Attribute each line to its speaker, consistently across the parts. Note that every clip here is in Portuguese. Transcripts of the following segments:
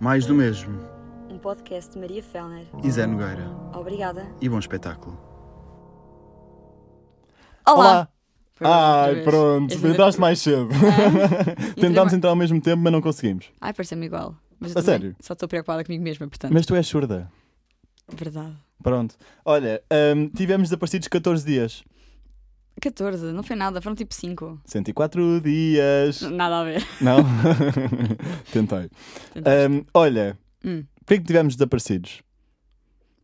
Speaker 1: Mais do mesmo.
Speaker 2: Um podcast de Maria Fellner.
Speaker 1: E Zé Nogueira.
Speaker 2: Obrigada.
Speaker 1: E bom espetáculo.
Speaker 2: Olá!
Speaker 3: Ai, pronto,
Speaker 2: Esse
Speaker 3: tentaste mais cedo. Tentámos
Speaker 2: Entrei-
Speaker 3: entrar ao mesmo tempo, mas não conseguimos.
Speaker 2: Ai, pareceu-me igual. Mas eu
Speaker 3: A
Speaker 2: também
Speaker 3: sério?
Speaker 2: Só estou preocupada comigo mesma, portanto.
Speaker 3: Mas tu és surda.
Speaker 2: Verdade.
Speaker 3: Pronto. Olha, hum, tivemos desaparecidos 14 dias.
Speaker 2: 14, não foi nada, foram tipo 5.
Speaker 3: 104 dias.
Speaker 2: Nada a ver.
Speaker 3: Não? Tentei.
Speaker 2: Tentaste.
Speaker 3: Hum, olha,
Speaker 2: Hum,
Speaker 3: porquê é que tivemos desaparecidos?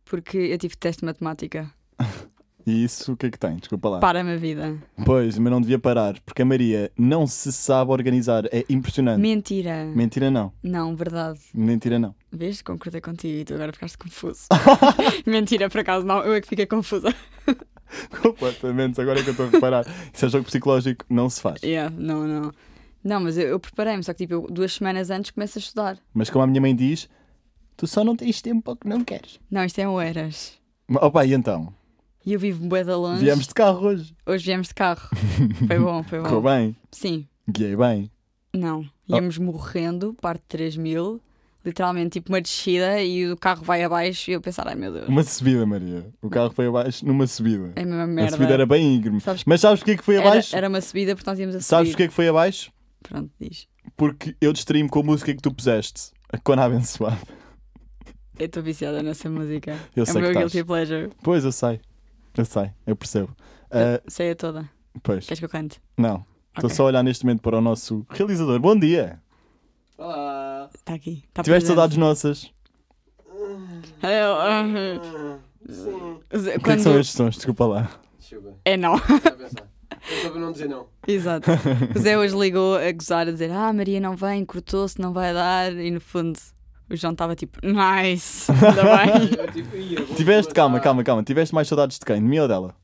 Speaker 2: porque eu tive teste de matemática.
Speaker 3: E isso o que é que tem? Desculpa lá.
Speaker 2: Para-me a vida.
Speaker 3: Pois, mas não devia parar, porque a Maria não se sabe organizar. É impressionante.
Speaker 2: Mentira.
Speaker 3: Mentira não.
Speaker 2: Não, verdade.
Speaker 3: Mentira não.
Speaker 2: Vês? Concordei contigo e tu agora ficaste confuso. Mentira, por acaso não. Eu é que fiquei confusa.
Speaker 3: Completamente, agora é que eu estou a reparar. Isso é jogo psicológico, não se faz.
Speaker 2: Yeah, não, não. Não, mas eu, eu preparei-me, só que tipo, eu duas semanas antes começo a estudar.
Speaker 3: Mas como a minha mãe diz, tu só não tens tempo para o que não queres.
Speaker 2: Não, isto é um Eras.
Speaker 3: Opa, e então?
Speaker 2: E eu vivo bué de longe.
Speaker 3: Viemos de carro hoje.
Speaker 2: Hoje viemos de carro. Foi bom, foi
Speaker 3: Correu
Speaker 2: bom.
Speaker 3: bem, Ah.
Speaker 2: Sim,
Speaker 3: guiei bem.
Speaker 2: não. Íamos morrendo, parte de 3 mil. Literalmente, tipo, uma descida e o carro vai abaixo e eu pensar, ai meu Deus,
Speaker 3: Uma subida, Maria. O carro foi abaixo numa subida.
Speaker 2: é a mesma
Speaker 3: A
Speaker 2: merda.
Speaker 3: subida era bem íngreme.
Speaker 2: Sabes que
Speaker 3: Mas sabes porquê que foi
Speaker 2: era,
Speaker 3: abaixo?
Speaker 2: era uma subida, porque nós íamos a subir.
Speaker 3: Sabes porquê que foi abaixo?
Speaker 2: Pronto, diz.
Speaker 3: Porque eu distraí-me com a música que tu puseste. A Cona Abençoada.
Speaker 2: Eu estou viciada nessa música.
Speaker 3: Eu
Speaker 2: é
Speaker 3: sei
Speaker 2: o
Speaker 3: que
Speaker 2: meu
Speaker 3: estás.
Speaker 2: guilty pleasure.
Speaker 3: Pois, eu sei. Eu sei, eu percebo. Ah,
Speaker 2: Sei a toda.
Speaker 3: pois,
Speaker 2: Queres que eu cante?
Speaker 3: não. Estou
Speaker 2: Ok.
Speaker 3: só a olhar neste momento para o nosso realizador. Bom dia!
Speaker 2: Está aqui. Tá presente.
Speaker 3: Tiveste saudades nossas?
Speaker 2: Eu, ah, Zé,
Speaker 3: O que é que
Speaker 2: Quando...
Speaker 3: são estes sons? Desculpa lá.
Speaker 4: Chuva.
Speaker 2: É não.
Speaker 4: Estou a pensar. Eu estou a não dizer não.
Speaker 2: Exato. O Zé hoje ligou a gozar, a dizer: Ah, Maria não vem, cortou-se, não vai dar. E no fundo, o João estava tipo: Nice, ainda bem.
Speaker 4: Eu, tipo, ia, vou
Speaker 3: Tiveste, calma,
Speaker 4: desmatar.
Speaker 3: calma, calma. Tiveste mais saudades de quem? De mim ou dela?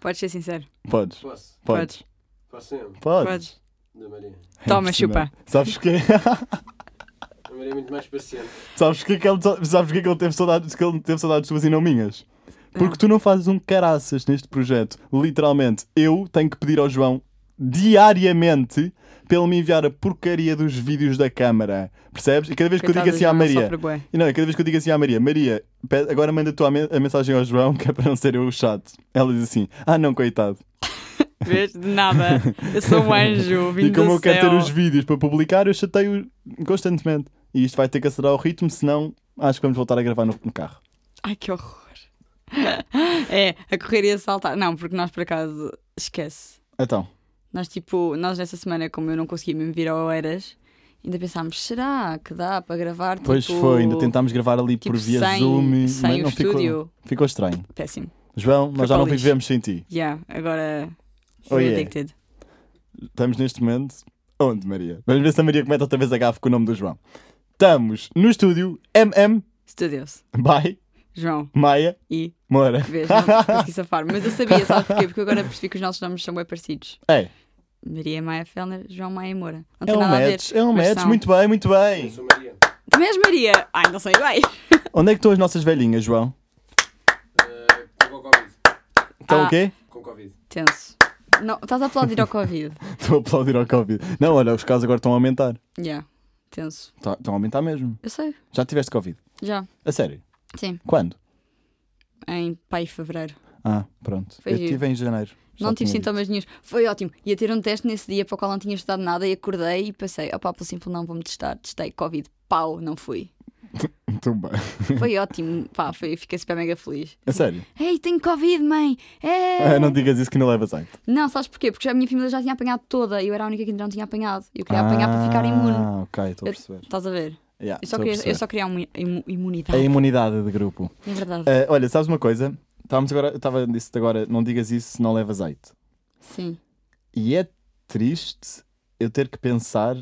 Speaker 2: Podes ser sincero.
Speaker 3: Podes,
Speaker 4: Posso?
Speaker 3: podes,
Speaker 4: Posso mesmo?
Speaker 3: podes. É
Speaker 2: Podes.
Speaker 4: Da Maria.
Speaker 2: Toma,
Speaker 3: Impressionante.
Speaker 2: chupa.
Speaker 3: Sabes que
Speaker 4: A Maria é muito mais paciente.
Speaker 3: sabes que, é que ele sabes que, é que ele teve saudades que ele teve saudades tuas e não minhas? Porque tu não fazes um caraças neste projeto. Literalmente, eu tenho que pedir ao João diariamente para ele me enviar a porcaria dos vídeos da câmara. Percebes? E cada vez que eu digo assim à Maria, e não, e cada vez que eu digo assim à Maria, Maria, pe- agora manda tu a, men- a mensagem ao João que é para não ser eu o chato. Ela diz assim: "Ah, não, coitado".
Speaker 2: Vês? De nada. Eu sou um anjo. Vim
Speaker 3: E como
Speaker 2: do
Speaker 3: eu quero
Speaker 2: céu.
Speaker 3: ter os vídeos para publicar, eu chateio constantemente. E isto vai ter que acelerar o ritmo, senão acho que vamos voltar a gravar no, no carro.
Speaker 2: Ai que horror. É, a correr e a saltar. Não, porque nós por acaso, esquece.
Speaker 3: Então,
Speaker 2: Nós tipo, nós nessa semana, como eu não consegui mesmo vir ao Eras, ainda pensámos: será que dá para gravar?
Speaker 3: pois
Speaker 2: tipo,
Speaker 3: foi, ainda tentámos gravar ali
Speaker 2: tipo,
Speaker 3: por via
Speaker 2: sem,
Speaker 3: Zoom,
Speaker 2: sem
Speaker 3: mas
Speaker 2: o
Speaker 3: não ficou,
Speaker 2: estúdio.
Speaker 3: ficou estranho.
Speaker 2: Péssimo.
Speaker 3: João,
Speaker 2: Foi
Speaker 3: nós já
Speaker 2: para
Speaker 3: não
Speaker 2: o lixo.
Speaker 3: vivemos sem ti.
Speaker 2: Yeah, agora.
Speaker 3: Oh, yeah.
Speaker 2: addicted.
Speaker 3: Estamos neste momento. Onde, Maria? Vamos ver se a Maria comete outra vez a gafe com o nome do João. Estamos no estúdio MM
Speaker 2: Studios.
Speaker 3: by
Speaker 2: João
Speaker 3: Maia
Speaker 2: e.
Speaker 3: Moura.
Speaker 2: Vês, não consegui safar. Mas eu sabia, sabe porquê? Porque eu agora percebi que os nossos nomes são bem parecidos.
Speaker 3: É,
Speaker 2: Maria Maia Fellner, João Maia Moura. Não
Speaker 3: é
Speaker 2: tem
Speaker 3: um
Speaker 2: nada
Speaker 3: match,
Speaker 2: a ver.
Speaker 3: é um
Speaker 2: mas
Speaker 3: match.
Speaker 2: são.
Speaker 3: Muito bem, muito
Speaker 4: Eu
Speaker 3: bem.
Speaker 4: sou Maria.
Speaker 2: Também és Maria! Ai, não são iguais!
Speaker 3: Onde é que estão as nossas velhinhas, João?
Speaker 4: Eh, com Covid.
Speaker 3: Estão
Speaker 2: Ah.
Speaker 3: o quê?
Speaker 4: Com Covid.
Speaker 2: Tenso. Não, estás a aplaudir ao Covid.
Speaker 3: Estou a aplaudir ao Covid. Não, olha, os casos agora estão a aumentar.
Speaker 2: Yeah. Tenso.
Speaker 3: Tá- Estão a aumentar mesmo.
Speaker 2: Eu sei.
Speaker 3: Já tiveste Covid?
Speaker 2: Já.
Speaker 3: A sério?
Speaker 2: Sim.
Speaker 3: Quando?
Speaker 2: Em pai fevereiro.
Speaker 3: Ah, pronto.
Speaker 2: Foi
Speaker 3: eu
Speaker 2: giro.
Speaker 3: tive em janeiro. Já
Speaker 2: não tive
Speaker 3: tinha
Speaker 2: sintomas nenhum. Foi ótimo. Ia ter um teste nesse dia para o qual não tinha estudado nada e acordei e passei. Opá, pelo simples não vou-me testar. Testei Covid. Pau, não fui.
Speaker 3: dito. Muito bem.
Speaker 2: Foi ótimo. Pá, foi, fiquei super mega feliz.
Speaker 3: A sério?
Speaker 2: Ei, tenho Covid, mãe! É!
Speaker 3: Ah, não digas isso que não leva sangue.
Speaker 2: Não, sabes porquê? Porque já a minha família já tinha apanhado toda e eu era a única que ainda não tinha apanhado. Eu queria apanhar para ficar imune.
Speaker 3: Ah, ok, estou a
Speaker 2: Eu-
Speaker 3: perceber.
Speaker 2: Estás a ver?
Speaker 3: Yeah,
Speaker 2: Eu só,
Speaker 3: estou a
Speaker 2: queria, eu
Speaker 3: perceber.
Speaker 2: só queria uma imu- imunidade.
Speaker 3: A imunidade de grupo.
Speaker 2: É verdade.
Speaker 3: Ah, olha, sabes uma coisa? Estávamos agora, eu estava disse agora, não digas isso se não leva azeite.
Speaker 2: Sim.
Speaker 3: E é triste eu ter que pensar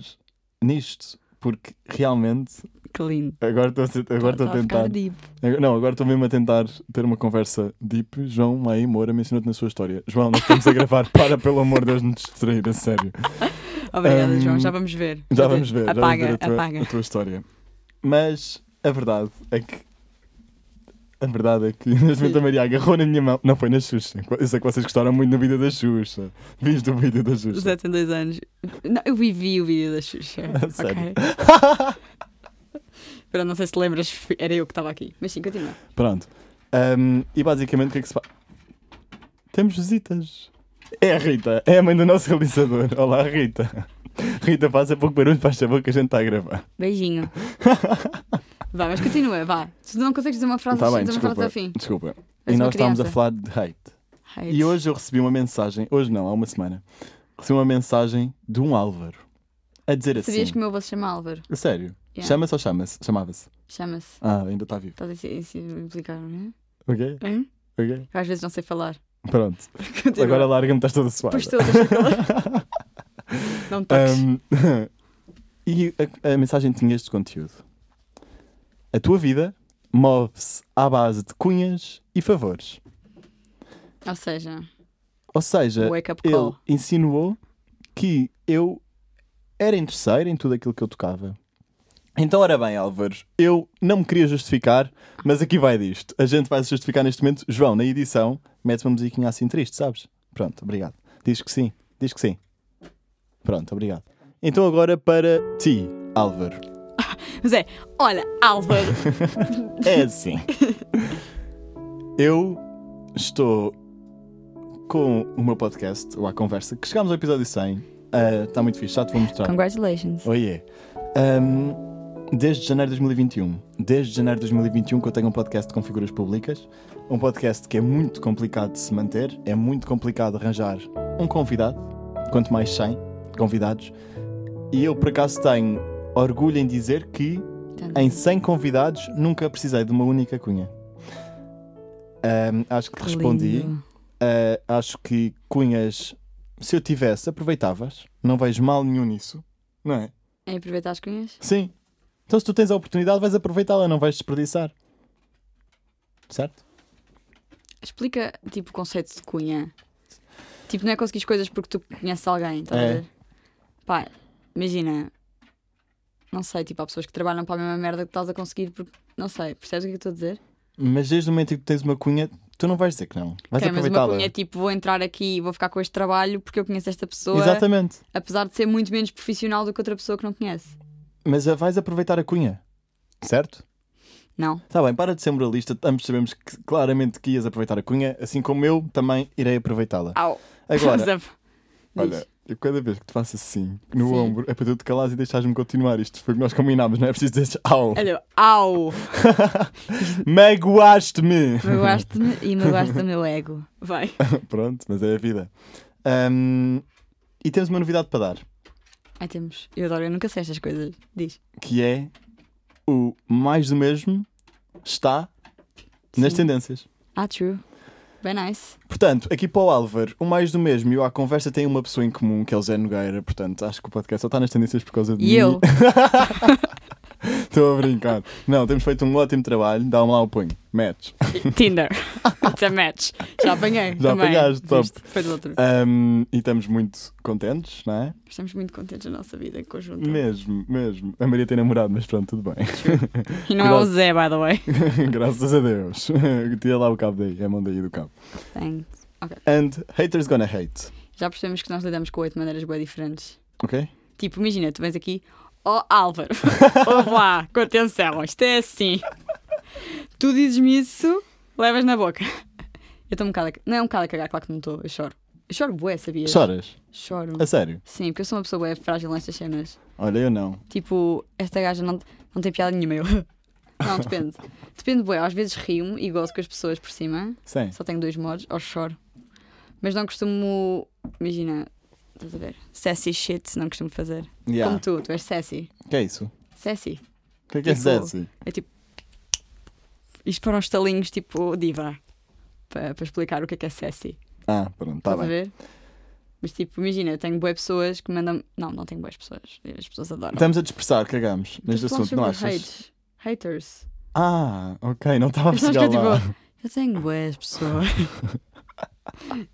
Speaker 3: nisto, porque realmente
Speaker 2: Que lindo.
Speaker 3: agora estou a ser- agora estou a
Speaker 2: Tá- tá
Speaker 3: tentar.
Speaker 2: ficar deep.
Speaker 3: Agora- Não, agora estou mesmo a tentar ter uma conversa deep. João Maia Moura mencionou-te na sua história. João, nós estamos a gravar. Para, pelo amor de Deus, nos distrair, a sério.
Speaker 2: Obrigada,
Speaker 3: Um,
Speaker 2: João. Já vamos ver.
Speaker 3: Já vamos ver, já vamos
Speaker 2: Apaga,
Speaker 3: ver a, tua,
Speaker 2: apaga.
Speaker 3: a tua história. Mas a verdade é que A verdade é que neste momento
Speaker 2: Sim.
Speaker 3: a Maria agarrou na minha mão. Não foi na Xuxa. Eu sei que vocês gostaram muito do vídeo da Xuxa. Viste o vídeo da
Speaker 2: O
Speaker 3: Xuxa.
Speaker 2: Zé tem dois anos. Não, eu vivi o vídeo da Xuxa.
Speaker 3: sério?
Speaker 2: Ok. Pera, não sei se te lembras, era eu que estava aqui. Mas sim, continua.
Speaker 3: Pronto. Ahm, e basicamente o que é que se faz? Temos visitas. É a Rita, é a mãe do nosso realizador. Olá, Rita. Rita, faça pouco barulho, faz favor que a gente está a gravar.
Speaker 2: Beijinho. Vá, mas continua, vá. Se não consegues dizer uma frase, assim,
Speaker 3: Está Tá bem,
Speaker 2: diz uma frase
Speaker 3: desculpa.
Speaker 2: ao fim.
Speaker 3: Desculpa.
Speaker 2: És
Speaker 3: E
Speaker 2: uma
Speaker 3: nós estávamos a
Speaker 2: criança.
Speaker 3: falar de hate.
Speaker 2: Hate.
Speaker 3: E hoje eu recebi uma mensagem, hoje não, há uma semana, recebi uma mensagem de um Álvaro a dizer assim.
Speaker 2: Sabias que o meu avô se chama Álvaro?
Speaker 3: A Sério?
Speaker 2: Yeah.
Speaker 3: Chama-se ou chama-se? Chamava-se.
Speaker 2: Chama-se.
Speaker 3: Ah, ainda está vivo.
Speaker 2: Estás a se- a se implicar, não
Speaker 3: Ok?
Speaker 2: é? Hum?
Speaker 3: Ok?
Speaker 2: Eu Às vezes não sei falar.
Speaker 3: Pronto.
Speaker 2: Continua.
Speaker 3: Agora larga-me, estás toda suada.
Speaker 2: Pois estou, deixa falar. Não me toques.
Speaker 3: Ahm, e a, a mensagem tinha este conteúdo: A tua vida move-se à base de cunhas e favores. Um,
Speaker 2: Ou seja,
Speaker 3: Ou seja,
Speaker 2: wake up
Speaker 3: ele
Speaker 2: call.
Speaker 3: insinuou que eu era interesseiro em tudo aquilo que eu tocava. Então, ora bem, Álvaro, eu não me queria justificar, mas aqui vai disto. A gente vai se justificar neste momento. João, na edição, metes uma musiquinha assim triste, sabes? Pronto, obrigado. Diz que sim, diz que sim. Pronto, obrigado. Então, agora para ti, Álvaro.
Speaker 2: Zé, é, olha, Álvaro.
Speaker 3: É assim. Eu estou com o meu podcast, o A Conversa, que chegámos ao episódio 100. Está muito fixe, já te vou mostrar.
Speaker 2: Congratulations.
Speaker 3: Oiê. Ahm, desde janeiro de 2021. Desde janeiro de 2021 que eu tenho um podcast com figuras públicas. Um podcast que é muito complicado de se manter. É muito complicado arranjar um convidado. Quanto mais 100 convidados. E eu, por acaso, tenho orgulho em dizer que em 100 convidados nunca precisei de uma única cunha. Ahm, acho que te respondi.
Speaker 2: Lindo.
Speaker 3: Ah, acho que cunhas, se eu tivesse, aproveitavas. Não vejo mal nenhum nisso, não é?
Speaker 2: Em aproveitar as cunhas?
Speaker 3: Sim. Então, se tu tens a oportunidade, vais aproveitá-la, não vais desperdiçar. Certo?
Speaker 2: Explica, tipo, o conceito de cunha. Tipo, não é conseguir coisas porque tu conheces alguém, estás
Speaker 3: É.
Speaker 2: a ver? Pá, imagina. Não sei, tipo, há pessoas que trabalham para a mesma merda que estás a conseguir porque. Não sei, percebes o que é que eu estou a dizer?
Speaker 3: Mas desde o momento em que tens uma cunha, tu não vais dizer que não.
Speaker 2: Ok, mas
Speaker 3: Vais
Speaker 2: uma
Speaker 3: aproveitá-la.
Speaker 2: cunha é tipo, vou entrar aqui e vou ficar com este trabalho porque eu conheço esta pessoa,
Speaker 3: Exatamente.
Speaker 2: apesar de ser muito menos profissional do que outra pessoa que não conhece.
Speaker 3: Mas ah, vais aproveitar a cunha. Certo?
Speaker 2: Não.
Speaker 3: Está Tá bem, para de ser moralista. Ambos sabemos que, claramente que ias aproveitar a cunha, assim como eu também irei aproveitá-la.
Speaker 2: Au.
Speaker 3: Agora,
Speaker 2: Diz.
Speaker 3: Olha, eu cada vez que te faço assim no
Speaker 2: Sim.
Speaker 3: ombro é para tu te calares e deixares-me continuar. Isto foi o que nós combinámos, não é preciso dizer au.
Speaker 2: Olha, au!
Speaker 3: Magoaste-me!
Speaker 2: Magoaste-me e magoaste o meu ego. Vai.
Speaker 3: Pronto, mas é a vida. Ahm, e temos uma novidade para dar,
Speaker 2: Ai, temos. Eu adoro, eu nunca sei estas coisas. Diz.
Speaker 3: que é o mais do mesmo está nas
Speaker 2: Sim.
Speaker 3: tendências.
Speaker 2: Ah, true. Bem nice.
Speaker 3: Portanto, aqui para o Álvaro, o mais do mesmo e o A Conversa tem uma pessoa em comum, que é o Zé Nogueira. Portanto, acho que o podcast só está nas tendências por causa de
Speaker 2: E
Speaker 3: mim.
Speaker 2: eu?
Speaker 3: Estou a brincar. Não, temos feito um ótimo trabalho. Dá-me lá o punho. Match.
Speaker 2: Tinder. It's a match. Já apanhei.
Speaker 3: Já
Speaker 2: também.
Speaker 3: apanhaste, top.
Speaker 2: Viste? Foi do outro.
Speaker 3: Um, e estamos muito contentes, não é?
Speaker 2: Estamos muito contentes da nossa vida em conjunto.
Speaker 3: Mesmo, mesmo. A Maria tem namorado, mas pronto, tudo bem.
Speaker 2: E não é o Zé, by the way.
Speaker 3: Graças a Deus. Tira lá o cabo daí, a mão daí do cabo.
Speaker 2: Thanks.
Speaker 3: And haters gonna hate,
Speaker 2: Já percebemos que nós lidamos com oito maneiras bem diferentes.
Speaker 3: ok?
Speaker 2: Tipo, imagina, tu vens aqui. Oh, Álvaro. Olá. Com atenção. Isto é assim. Tu dizes-me isso, levas na boca. Eu estou um bocado a... c- Não é um bocado a cagar, claro que não estou. Eu choro. Eu choro bué, sabias?
Speaker 3: Choras?
Speaker 2: Choro.
Speaker 3: A sério?
Speaker 2: Sim, porque eu sou uma pessoa bué frágil nestas cenas.
Speaker 3: Olha, eu não.
Speaker 2: Tipo, esta gaja não, não tem piada nenhuma. Eu. Não, depende. depende, bué. Às vezes rio-me e gosto com as pessoas por cima.
Speaker 3: Sim.
Speaker 2: Só tenho dois modos, ou choro. Mas não costumo. Imagina, estás a ver? Sassy shit, não costumo fazer.
Speaker 3: Yeah.
Speaker 2: Como tu, tu és sassy.
Speaker 3: Que é isso?
Speaker 2: Sassy.
Speaker 3: O que é que é
Speaker 2: Tipo-
Speaker 3: Zessi?
Speaker 2: É tipo. Isto foram estalinhos tipo diva. Para explicar o que é que é sassy.
Speaker 3: Ah, pronto, tá
Speaker 2: Estás a
Speaker 3: bem.
Speaker 2: ver? Mas tipo, imagina, eu tenho boas pessoas que mandam. Não, não tenho boas pessoas. As pessoas adoram.
Speaker 3: Estamos a dispersar, cagamos neste
Speaker 2: Estou a falar
Speaker 3: Então, assunto, não
Speaker 2: sobre
Speaker 3: achas?
Speaker 2: hates. Haters.
Speaker 3: Ah, ok, não estava a
Speaker 2: Mas sabes
Speaker 3: chegar
Speaker 2: que eu,
Speaker 3: lá.
Speaker 2: tipo, Eu tenho boas pessoas.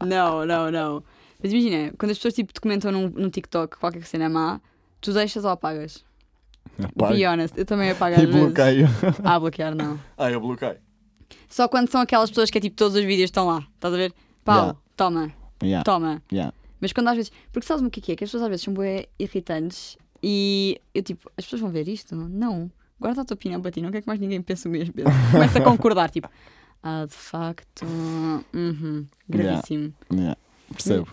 Speaker 2: não, não, não. Mas imagina, quando as pessoas tipo, te comentam num, num TikTok qualquer cena má, tu deixas ou apagas?
Speaker 3: Apago
Speaker 2: Be honest, eu também apago às
Speaker 3: E
Speaker 2: vezes.
Speaker 3: bloqueio.
Speaker 2: Ah, bloquear não.
Speaker 3: Ah, eu bloqueio.
Speaker 2: Só quando são aquelas pessoas que é tipo todos os vídeos estão lá, estás a ver? Pau,
Speaker 3: Yeah.
Speaker 2: toma,
Speaker 3: Yeah,
Speaker 2: toma.
Speaker 3: yeah.
Speaker 2: Mas quando às vezes. Porque sabes-me o que é que é? Que as pessoas às vezes são bué irritantes e eu tipo, as pessoas vão ver isto? Não. Guarda a tua opinião para ti, não quer que mais ninguém pense o mesmo. Pedro. Começa a concordar, tipo, ah, de facto, uhum, gravíssimo.
Speaker 3: Yeah, percebo.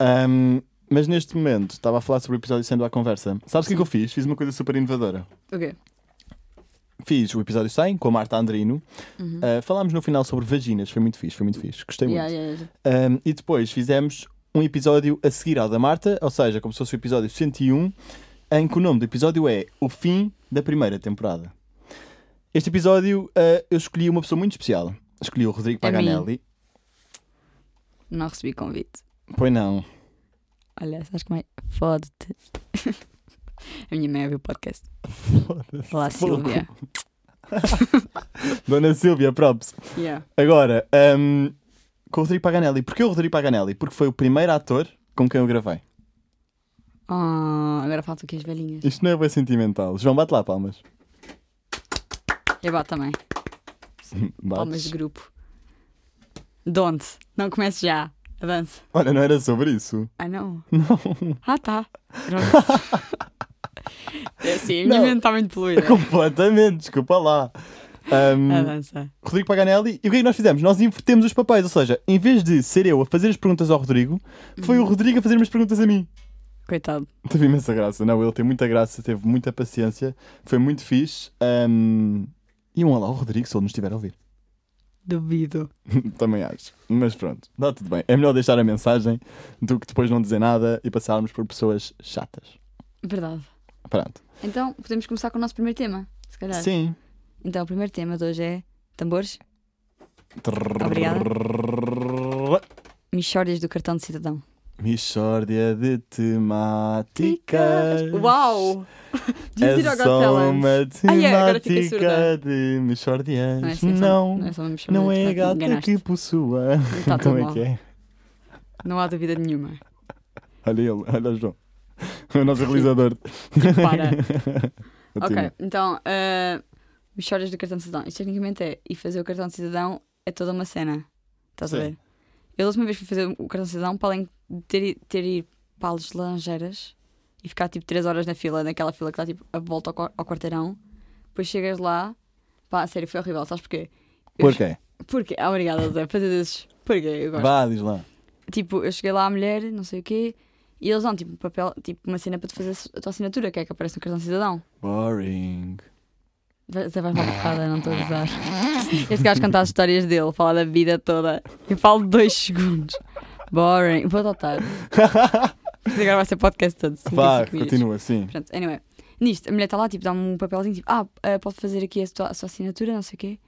Speaker 2: Hum.
Speaker 3: Ahm, mas neste momento, estava a falar sobre o episódio sendo à conversa. Sabes o que é que eu fiz? Fiz uma coisa super inovadora.
Speaker 2: O quê?
Speaker 3: Fiz o episódio 100 com a Marta Andrino. Ah, falámos no final sobre vaginas. Foi muito fixe, foi muito fixe. Gostei muito.
Speaker 2: Uhum. Yeah, yeah, yeah.
Speaker 3: Um, e depois fizemos um episódio a seguir ao da Marta, ou seja, como se fosse o episódio 101, em que o nome do episódio é O Fim da Primeira Temporada. Este episódio uh, eu escolhi uma pessoa muito especial. Escolhi o Rodrigo
Speaker 2: É mim.
Speaker 3: Paganelli.
Speaker 2: Não recebi convite.
Speaker 3: Pois não.
Speaker 2: Olha, sabes como é? Fode-te. a minha mãe ouviu o podcast. Olá,
Speaker 3: Fogo.
Speaker 2: Silvia.
Speaker 3: Dona Silvia, props.
Speaker 2: Yeah.
Speaker 3: Agora, um, com o Rodrigo Paganelli. Porquê o Rodrigo Paganelli? Porque foi o primeiro ator com quem eu gravei.
Speaker 2: Ah, agora faltam aqui as velhinhas.
Speaker 3: Isto não é bem sentimental. João, bate lá palmas.
Speaker 2: Eu bato também. Palmas de
Speaker 3: Bates.
Speaker 2: grupo. Donde? Não comece já. Avance.
Speaker 3: Olha, não era sobre isso.
Speaker 2: Ah, não.
Speaker 3: Não.
Speaker 2: Ah, tá. Pronto. é assim, a minha
Speaker 3: Não.
Speaker 2: mente está muito poluída.
Speaker 3: Completamente, desculpa lá. Um,
Speaker 2: Avança.
Speaker 3: Rodrigo Paganelli, e o que é que nós fizemos? Nós invertemos os papéis, ou seja, em vez de ser eu a fazer as perguntas ao Rodrigo, foi o Rodrigo a fazer as perguntas a mim.
Speaker 2: Coitado.
Speaker 3: Teve imensa graça, não, ele tem muita graça, teve muita paciência, foi muito fixe. Um, e um olá ao Rodrigo, se ele nos estiver a ouvir.
Speaker 2: Duvido.
Speaker 3: Também acho, mas pronto, está tudo bem. É melhor deixar a mensagem do que depois não dizer nada e passarmos por pessoas chatas.
Speaker 2: Verdade.
Speaker 3: Pronto.
Speaker 2: Então, podemos começar com o nosso primeiro tema, se calhar.
Speaker 3: Sim.
Speaker 2: Então, o primeiro tema de hoje é tambores, Obrigada.
Speaker 3: Obrigada.
Speaker 2: mixórdias do cartão de cidadão.
Speaker 3: Michórdia de temáticas.
Speaker 2: Uau! Devíamos
Speaker 3: É
Speaker 2: ir ao Got
Speaker 3: só
Speaker 2: Talent.
Speaker 3: uma
Speaker 2: Ah, é, agora fiquei
Speaker 3: temática
Speaker 2: surda.
Speaker 3: de
Speaker 2: Não é
Speaker 3: Michordias.
Speaker 2: assim, só-
Speaker 3: Não,
Speaker 2: não é só uma mixórdia
Speaker 3: não
Speaker 2: de
Speaker 3: é a
Speaker 2: temáticas,
Speaker 3: gata que
Speaker 2: enganaste-te.
Speaker 3: possua.
Speaker 2: Tá tudo
Speaker 3: Como é
Speaker 2: mal.
Speaker 3: que é?
Speaker 2: Não há dúvida nenhuma.
Speaker 3: Olha ele, olha o João. O nosso realizador.
Speaker 2: Para.
Speaker 3: Continua.
Speaker 2: Ok, então, histórias do cartão de cidadão. Isto tecnicamente é, e fazer o cartão de cidadão é toda uma cena. Estás a
Speaker 3: Sim.
Speaker 2: ver? Eu, a última vez que fui fazer o cartão de cidadão, para além de ter, i- ter ir para as laranjeiras e ficar tipo 3 horas na fila, naquela fila que dá tipo a volta ao, qua- ao quarteirão, depois chegas lá, pá, a sério, foi horrível, sabes porquê? Eu
Speaker 3: Porquê?
Speaker 2: Porque, ah, obrigada, Zé, fazer desses. Porque eu gosto.
Speaker 3: Vá, diz lá.
Speaker 2: Tipo, eu cheguei lá à mulher, não sei o quê, e eles dão tipo um papel, tipo uma cena para te fazer a tua assinatura, que é que aparece no cartão de cidadão.
Speaker 3: Boring.
Speaker 2: Você vai para a porrada, não estou a usar. Este gajo conta as histórias dele, fala da vida toda. Eu falo dois segundos. Boring. Vou adotar. Isto Agora vai ser podcast todo.
Speaker 3: Vá,
Speaker 2: 55 minutos.
Speaker 3: continua, sim.
Speaker 2: Pronto, anyway. Nisto, a mulher está lá, tipo, dá-me um papelzinho, tipo, ah, eh, pode fazer aqui a sua, a sua assinatura, não sei o quê.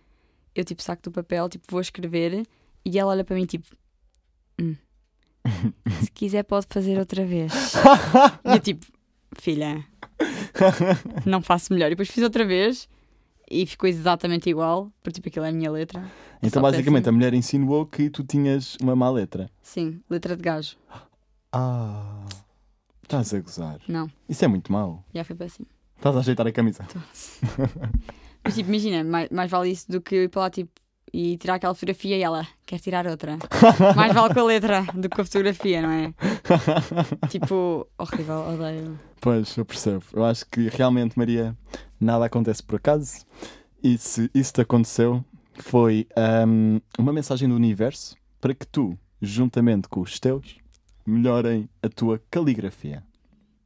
Speaker 2: Eu, tipo, saco do papel, tipo, vou escrever e ela olha para mim, tipo, "Hum. se quiser pode fazer outra vez. e eu, tipo, filha, não faço melhor. E depois fiz outra vez e ficou exatamente igual, porque, tipo, aquilo é a minha letra. Só
Speaker 3: Então, basicamente,
Speaker 2: péssimo.
Speaker 3: a mulher insinuou que tu tinhas uma má letra.
Speaker 2: Sim, letra de gajo.
Speaker 3: Ah. Estás a gozar.
Speaker 2: Não,
Speaker 3: Isso é muito mau.
Speaker 2: já foi péssimo.
Speaker 3: Estás a ajeitar a camisa.
Speaker 2: Mas, tipo, imagina, mais, mais vale isso do que eu ir para lá, tipo, e tirar aquela fotografia e ela quer tirar outra. Mais vale com a letra do que com a fotografia, não é? Tipo, horrível, odeio.
Speaker 3: Pois, eu percebo. Eu acho que realmente, Maria, nada acontece por acaso. E se isso te aconteceu, foi ahm, uma mensagem do universo para que tu, juntamente com os teus, melhorem a tua caligrafia.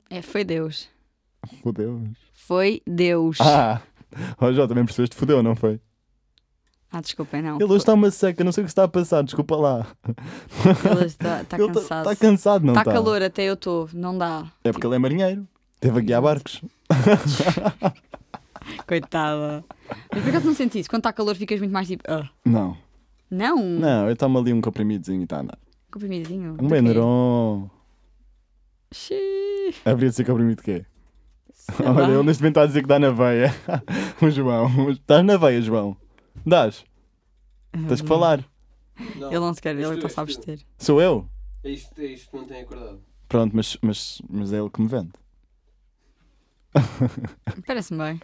Speaker 2: É, foi Deus.
Speaker 3: Fodeu.
Speaker 2: Foi Deus. Ah,
Speaker 3: Ah! Oh, Jó, também percebeste, fodeu, não foi?
Speaker 2: Ah, desculpem, não.
Speaker 3: Ele hoje está uma seca, não sei o que está a passar, desculpa lá.
Speaker 2: Ele está tá
Speaker 3: Ele
Speaker 2: cansado.
Speaker 3: Está cansado, não
Speaker 2: Tá
Speaker 3: está?
Speaker 2: calor, até eu estou. Não dá.
Speaker 3: É porque ele é marinheiro. Teve a guiar barcos.
Speaker 2: Coitada. Mas por acaso não senti isso? Quando está calor ficas muito mais tipo. "Ah,
Speaker 3: Não,
Speaker 2: Não.
Speaker 3: não, eu tomo ali um comprimidozinho e está a andar.
Speaker 2: Comprimidinho.
Speaker 3: Um Benuron.
Speaker 2: Xiii.
Speaker 3: Abrir-se comprimido de quê?
Speaker 2: Tá
Speaker 3: Olha, ele neste momento está a dizer que dá na veia. o João. Estás na veia, João. Dás.
Speaker 2: Uhum.
Speaker 3: Tens que falar.
Speaker 4: Não,
Speaker 2: Ele não se quer,
Speaker 4: és
Speaker 2: ele
Speaker 4: tu,
Speaker 2: está a
Speaker 4: és tu.
Speaker 2: abster.
Speaker 3: Sou eu.
Speaker 4: É isto, é isto que não tem acordado.
Speaker 3: Pronto, mas, mas, mas é ele que me vende.
Speaker 2: Parece-me bem.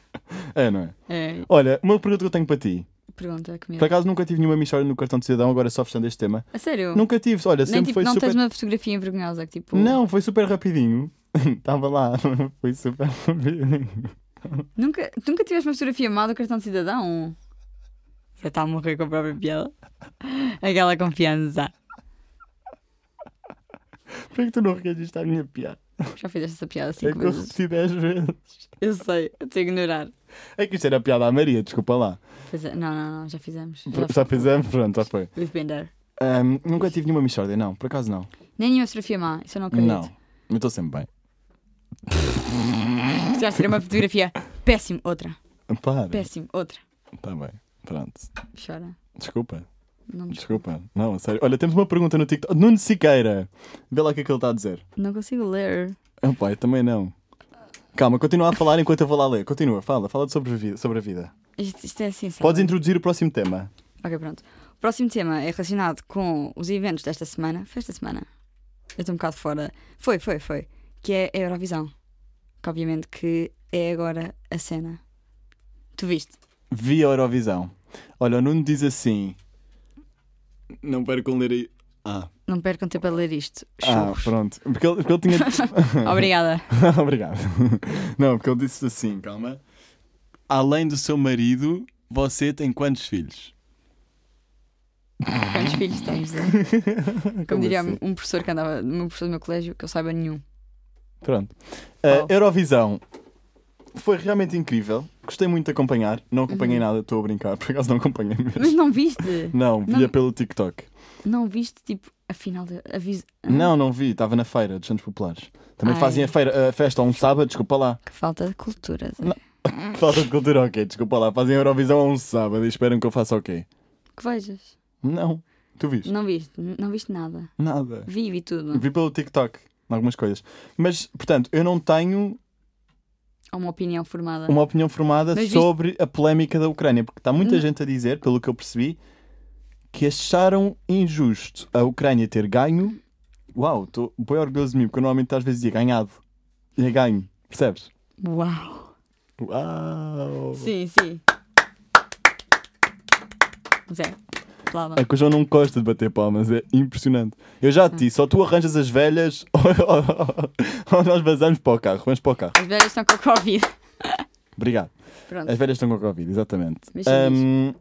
Speaker 3: É, não é?
Speaker 2: É.
Speaker 3: Olha, uma é? pergunta que eu tenho para ti.
Speaker 2: Pergunta, comigo.
Speaker 3: Por acaso nunca tive nenhuma mistória no cartão de cidadão, agora só fechando este tema.
Speaker 2: A sério?
Speaker 3: Nunca tive, olha,
Speaker 2: Uhum. Nem,
Speaker 3: sempre
Speaker 2: tipo,
Speaker 3: foi
Speaker 2: não
Speaker 3: super.
Speaker 2: tens uma fotografia envergonhosa que tipo.
Speaker 3: Não, foi super rapidinho. Estava lá, foi super rapidinho.
Speaker 2: Nunca, nunca tiveste uma fotografia má do cartão de cidadão? Você está a morrer com a própria piada. Aquela confiança.
Speaker 3: Por que tu não reagiste à minha piada?
Speaker 2: Já fizeste essa piada
Speaker 3: É
Speaker 2: cinco
Speaker 3: que eu
Speaker 2: vezes.
Speaker 3: repeti 10 vezes.
Speaker 2: Eu sei, eu te ignorar.
Speaker 3: É que isto era piada à Maria, desculpa lá.
Speaker 2: Pois é, não, não, não, já fizemos. Já
Speaker 3: Já fizemos, pronto, já foi.
Speaker 2: We've been there.
Speaker 3: Ahm, nunca tive nenhuma mistória, não, por acaso não.
Speaker 2: Nem nenhuma fotografia má, isso eu não acredito.
Speaker 3: Não, eu estou sempre bem.
Speaker 2: Se tivesse tirar uma fotografia, péssimo, outra.
Speaker 3: Para,
Speaker 2: Péssimo, outra.
Speaker 3: está bem, pronto.
Speaker 2: Chora.
Speaker 3: Desculpa,
Speaker 2: Não,
Speaker 3: desculpa. Não, a sério. Olha, temos uma pergunta no TikTok. Nuno Siqueira, vê lá o que é que ele está a dizer.
Speaker 2: não consigo ler.
Speaker 3: Ah, pá, eu também não. Calma, continua a falar enquanto eu vou lá ler. Continua, fala, fala sobre a vida. Sobre a vida.
Speaker 2: Isto, isto é assim, sabe?
Speaker 3: Podes introduzir o próximo tema.
Speaker 2: Ok, pronto. O próximo tema é relacionado com os eventos desta semana. Foi esta semana? Eu estou um bocado fora. Foi, foi, foi. Que é a Eurovisão. Que obviamente que é agora a cena. Tu viste?
Speaker 3: Via Eurovisão. Olha, o Nuno diz assim. Não percam ler aí. Ah,
Speaker 2: Não percam tempo a ler isto.
Speaker 3: ah
Speaker 2: Churros.
Speaker 3: pronto. Porque ele, porque ele tinha.
Speaker 2: Obrigada.
Speaker 3: Obrigado. Não, porque ele disse assim, calma. Além do seu marido, você tem quantos filhos?
Speaker 2: Quantos filhos tens? Zé? Como diria
Speaker 3: assim?
Speaker 2: um professor que andava, um professor do meu colégio, que eu saiba nenhum.
Speaker 3: Pronto. Uh,
Speaker 2: Uau.
Speaker 3: Eurovisão foi realmente incrível. Gostei muito de acompanhar. Não acompanhei
Speaker 2: Uhum.
Speaker 3: nada, estou a brincar. Por acaso não acompanhei mesmo.
Speaker 2: Mas não viste?
Speaker 3: Não, via
Speaker 2: Uhum. Não.
Speaker 3: pelo TikTok.
Speaker 2: Não viste, tipo, a final da. a vis-
Speaker 3: Não, não vi. Estava na feira dos Santos Populares. Também
Speaker 2: Ai.
Speaker 3: fazem a, feira, a festa um sábado, desculpa lá.
Speaker 2: Que falta de cultura. assim. Zé. Uhum.
Speaker 3: Falta de cultura, ok, desculpa lá. Fazem a Eurovisão a um sábado e esperam que eu faça ok.
Speaker 2: Que vejas?
Speaker 3: Não. Tu viste?
Speaker 2: Não viste? Não viste nada.
Speaker 3: Nada.
Speaker 2: Vi, vi tudo.
Speaker 3: Vi pelo TikTok. Algumas coisas. Mas, portanto, eu não tenho
Speaker 2: Há uma opinião formada.
Speaker 3: uma opinião formada
Speaker 2: Ah. Mas viste-
Speaker 3: sobre a polémica da Ucrânia, porque está muita
Speaker 2: Hum.
Speaker 3: gente a dizer, pelo que eu percebi, que acharam injusto a Ucrânia ter ganho. Uau, estou bem orgulhoso de mim, porque eu normalmente às vezes dizia ganhado. E é ganho, percebes?
Speaker 2: Uau!
Speaker 3: Uau!
Speaker 2: Sim, sim. Zé, aplauda.
Speaker 3: É que o João não gosta de bater palmas, é impressionante. Eu já
Speaker 2: Hum.
Speaker 3: te disse, ou tu arranjas as velhas ou, ou nós vazamos para o carro. Vamos para o carro.
Speaker 2: As velhas estão com Covid.
Speaker 3: Obrigado.
Speaker 2: Pronto.
Speaker 3: As velhas estão com Covid, exatamente.
Speaker 2: Beijinhos.
Speaker 3: Ahm,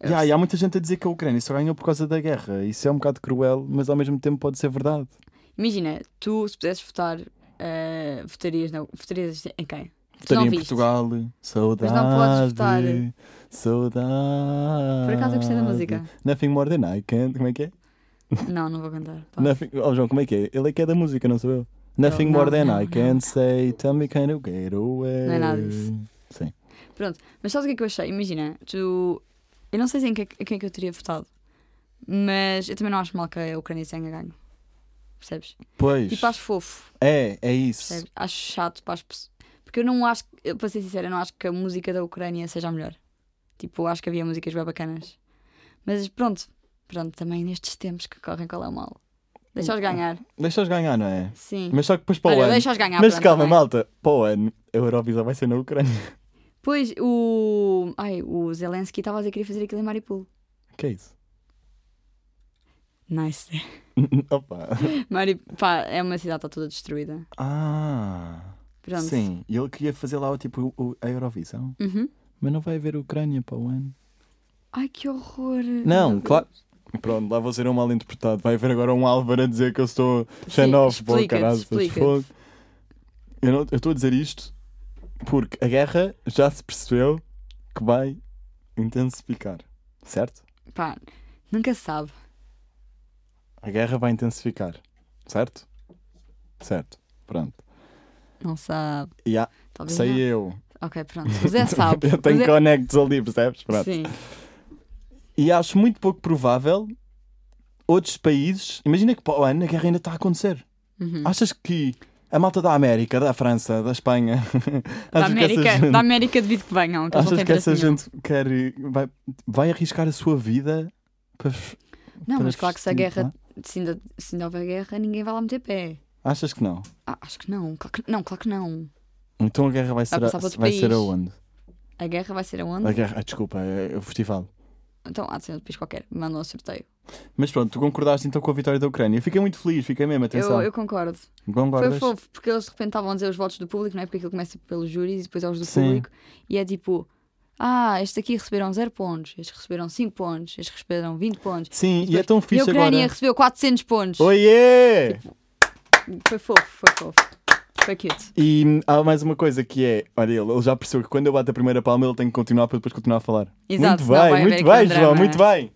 Speaker 2: Eu
Speaker 3: Ya,
Speaker 2: sei.
Speaker 3: e há muita gente a dizer que a Ucrânia só ganhou por causa da guerra. Isso é um bocado cruel, mas ao mesmo tempo pode ser verdade.
Speaker 2: Imagina, tu se pudesses votar, eh, votarias, não, votarias em quem? Tu
Speaker 3: Votaria
Speaker 2: não
Speaker 3: em
Speaker 2: viste.
Speaker 3: Portugal, saudade.
Speaker 2: podes votar.
Speaker 3: Saudade.
Speaker 2: Por acaso eu
Speaker 3: Ah,
Speaker 2: gostei da música.
Speaker 3: Nothing more than I can. Como é que é?
Speaker 2: Não, não vou cantar. Pá.
Speaker 3: Nothing... Oh, João, como é que é? Ele é que é da música, não sou eu. Nothing
Speaker 2: Não,
Speaker 3: more than
Speaker 2: não,
Speaker 3: I
Speaker 2: não,
Speaker 3: can
Speaker 2: não.
Speaker 3: say. Tell me can you get away.
Speaker 2: Não é nada disso.
Speaker 3: Sim.
Speaker 2: Mas sabes o que é que eu achei? Imagina, tu. Eu não sei em que, em quem é que eu teria votado, mas eu também não acho mal que a Ucrânia tenha ganho. Percebes?
Speaker 3: Pois.
Speaker 2: Tipo, acho fofo,
Speaker 3: É, é isso.
Speaker 2: percebes? Acho chato para as pessoas. Porque eu não acho, eu, para ser sincera, eu não acho que a música da Ucrânia seja a melhor. Tipo, eu acho que havia músicas bem bacanas. Mas pronto, pronto, também nestes tempos que correm, qual é o mal? Deixa-os ganhar,
Speaker 3: Deixa-os ganhar, não é?
Speaker 2: sim.
Speaker 3: Mas só que depois para o
Speaker 2: Olha,
Speaker 3: ano.
Speaker 2: deixa-os ganhar. pronto,
Speaker 3: Mas
Speaker 2: tá é?
Speaker 3: calma,
Speaker 2: também.
Speaker 3: malta. Para o ano, a Eurovisão vai ser na Ucrânia.
Speaker 2: Pois o. Ai, o Zelensky estava a dizer que queria fazer aquilo em Mariupol.
Speaker 3: que é isso?
Speaker 2: Nice.
Speaker 3: Opa.
Speaker 2: Mari... Pá, é uma cidade que está toda destruída.
Speaker 3: Ah,
Speaker 2: Pronto.
Speaker 3: sim. E ele queria fazer lá tipo, o- o- a Eurovisão.
Speaker 2: Uhum.
Speaker 3: Mas não vai haver Ucrânia para o ano.
Speaker 2: Ai, que horror.
Speaker 3: Não, claro. Pronto, lá vou ser um mal interpretado. Vai haver agora um Álvaro a dizer que eu estou xenófobo,
Speaker 2: explica-te,
Speaker 3: caralho.
Speaker 2: explica-te.
Speaker 3: Eu não- eu estou a dizer isto porque a guerra já se percebeu que vai intensificar, certo?
Speaker 2: Pá, nunca se sabe.
Speaker 3: A guerra vai intensificar, certo? Certo, pronto.
Speaker 2: Não sabe.
Speaker 3: E há-
Speaker 2: Talvez
Speaker 3: sei
Speaker 2: não.
Speaker 3: eu.
Speaker 2: Ok, pronto. é O Zé sabe.
Speaker 3: eu tenho
Speaker 2: O Zé-
Speaker 3: conectos ali, percebes? Pronto.
Speaker 2: Sim.
Speaker 3: E acho muito pouco provável outros países. Imagina que para o ano a guerra ainda está a acontecer.
Speaker 2: Uhum.
Speaker 3: Achas que a malta da América, da França, da Espanha.
Speaker 2: Da
Speaker 3: achas que essa
Speaker 2: América,
Speaker 3: gente-
Speaker 2: da América devido que venham. Que eles assim, não
Speaker 3: Achas
Speaker 2: têm
Speaker 3: que essa
Speaker 2: interesse nenhum.
Speaker 3: gente quer. Vai, vai arriscar a sua vida para. f-
Speaker 2: Não,
Speaker 3: para
Speaker 2: mas claro que se a
Speaker 3: festejar?
Speaker 2: guerra. Se ainda, se ainda houver guerra, ninguém vai lá meter pé.
Speaker 3: Achas que não?
Speaker 2: Ah, acho que não. Claro que não, claro que não.
Speaker 3: Então a guerra vai ser,
Speaker 2: passar para outro
Speaker 3: vai ser
Speaker 2: país.
Speaker 3: aonde?
Speaker 2: A guerra vai ser aonde?
Speaker 3: A guerra, ah, desculpa, é, é o festival.
Speaker 2: Então, há de ser outro país qualquer. Mandam um sorteio.
Speaker 3: Mas pronto, tu concordaste então com a vitória da Ucrânia. Fiquei muito feliz, fiquei mesmo, atenção.
Speaker 2: Eu, eu concordo. Foi
Speaker 3: Concordas?
Speaker 2: fofo, porque eles de repente estavam a dizer os votos do público, não é? Porque aquilo começa pelos júris e depois aos do
Speaker 3: Sim.
Speaker 2: público. E é tipo, ah, estes aqui receberam 0 pontos, estes receberam 5 pontos, estes receberam 20 pontos.
Speaker 3: Sim, e é tão
Speaker 2: E a
Speaker 3: fixe
Speaker 2: Ucrânia é
Speaker 3: agora.
Speaker 2: recebeu 400 pontos.
Speaker 3: Oiê!
Speaker 2: Foi fofo, foi fofo. Foi cute.
Speaker 3: E hum, há mais uma coisa que é: olha, ele, ele já percebeu que quando eu bato a primeira palma ele tem que continuar para depois continuar a falar.
Speaker 2: Exato,
Speaker 3: muito
Speaker 2: senão vai
Speaker 3: bem,
Speaker 2: haver
Speaker 3: muito
Speaker 2: aquele
Speaker 3: bem, João,
Speaker 2: drama. é?
Speaker 3: muito bem.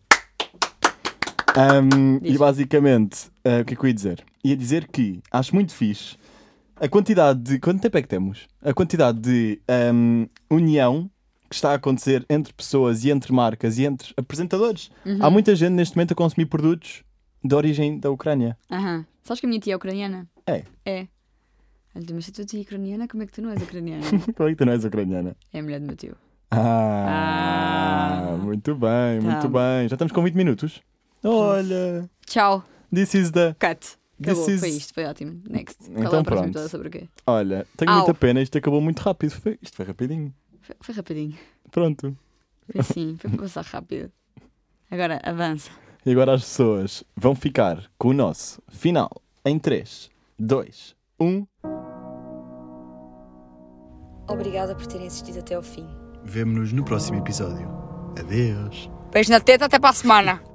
Speaker 3: Hum, e
Speaker 2: Diz.
Speaker 3: basicamente, ah, o que é que eu ia dizer? Ia dizer que acho muito fixe a quantidade de. Quanto tempo é que temos? A quantidade de hum, união que está a acontecer entre pessoas e entre marcas e entre apresentadores.
Speaker 2: Uhum.
Speaker 3: Há muita gente neste momento a consumir produtos de origem da Ucrânia.
Speaker 2: Aham. Sabes que a minha tia é ucraniana?
Speaker 3: É.
Speaker 2: É. Olha, Mas se tu tia é ucraniana, como é que tu não és ucraniana?
Speaker 3: Como é que tu não és ucraniana?
Speaker 2: é a mulher do meu tio.
Speaker 3: Ah,
Speaker 2: Ah.
Speaker 3: muito bem,
Speaker 2: Tá.
Speaker 3: muito bem. Já estamos com 20 minutos. Olha,
Speaker 2: Tchau.
Speaker 3: this is the.
Speaker 2: Cut.
Speaker 3: This
Speaker 2: Acabou,
Speaker 3: is-
Speaker 2: foi isto, foi ótimo. Next. Qual é
Speaker 3: Então
Speaker 2: o próximo
Speaker 3: pronto.
Speaker 2: episódio sobre o quê?
Speaker 3: Olha, tenho
Speaker 2: Au.
Speaker 3: muita pena, isto acabou muito rápido. Foi- Isto foi rapidinho.
Speaker 2: Foi, foi rapidinho.
Speaker 3: Pronto.
Speaker 2: Foi assim, foi para passar rápido. Agora avança.
Speaker 3: E agora as pessoas vão ficar com o nosso final em um. 3, 2, 1.
Speaker 5: Obrigada por terem assistido até ao fim.
Speaker 1: Vemo-nos no próximo episódio. Adeus.
Speaker 5: Beijo na teta, até para a semana.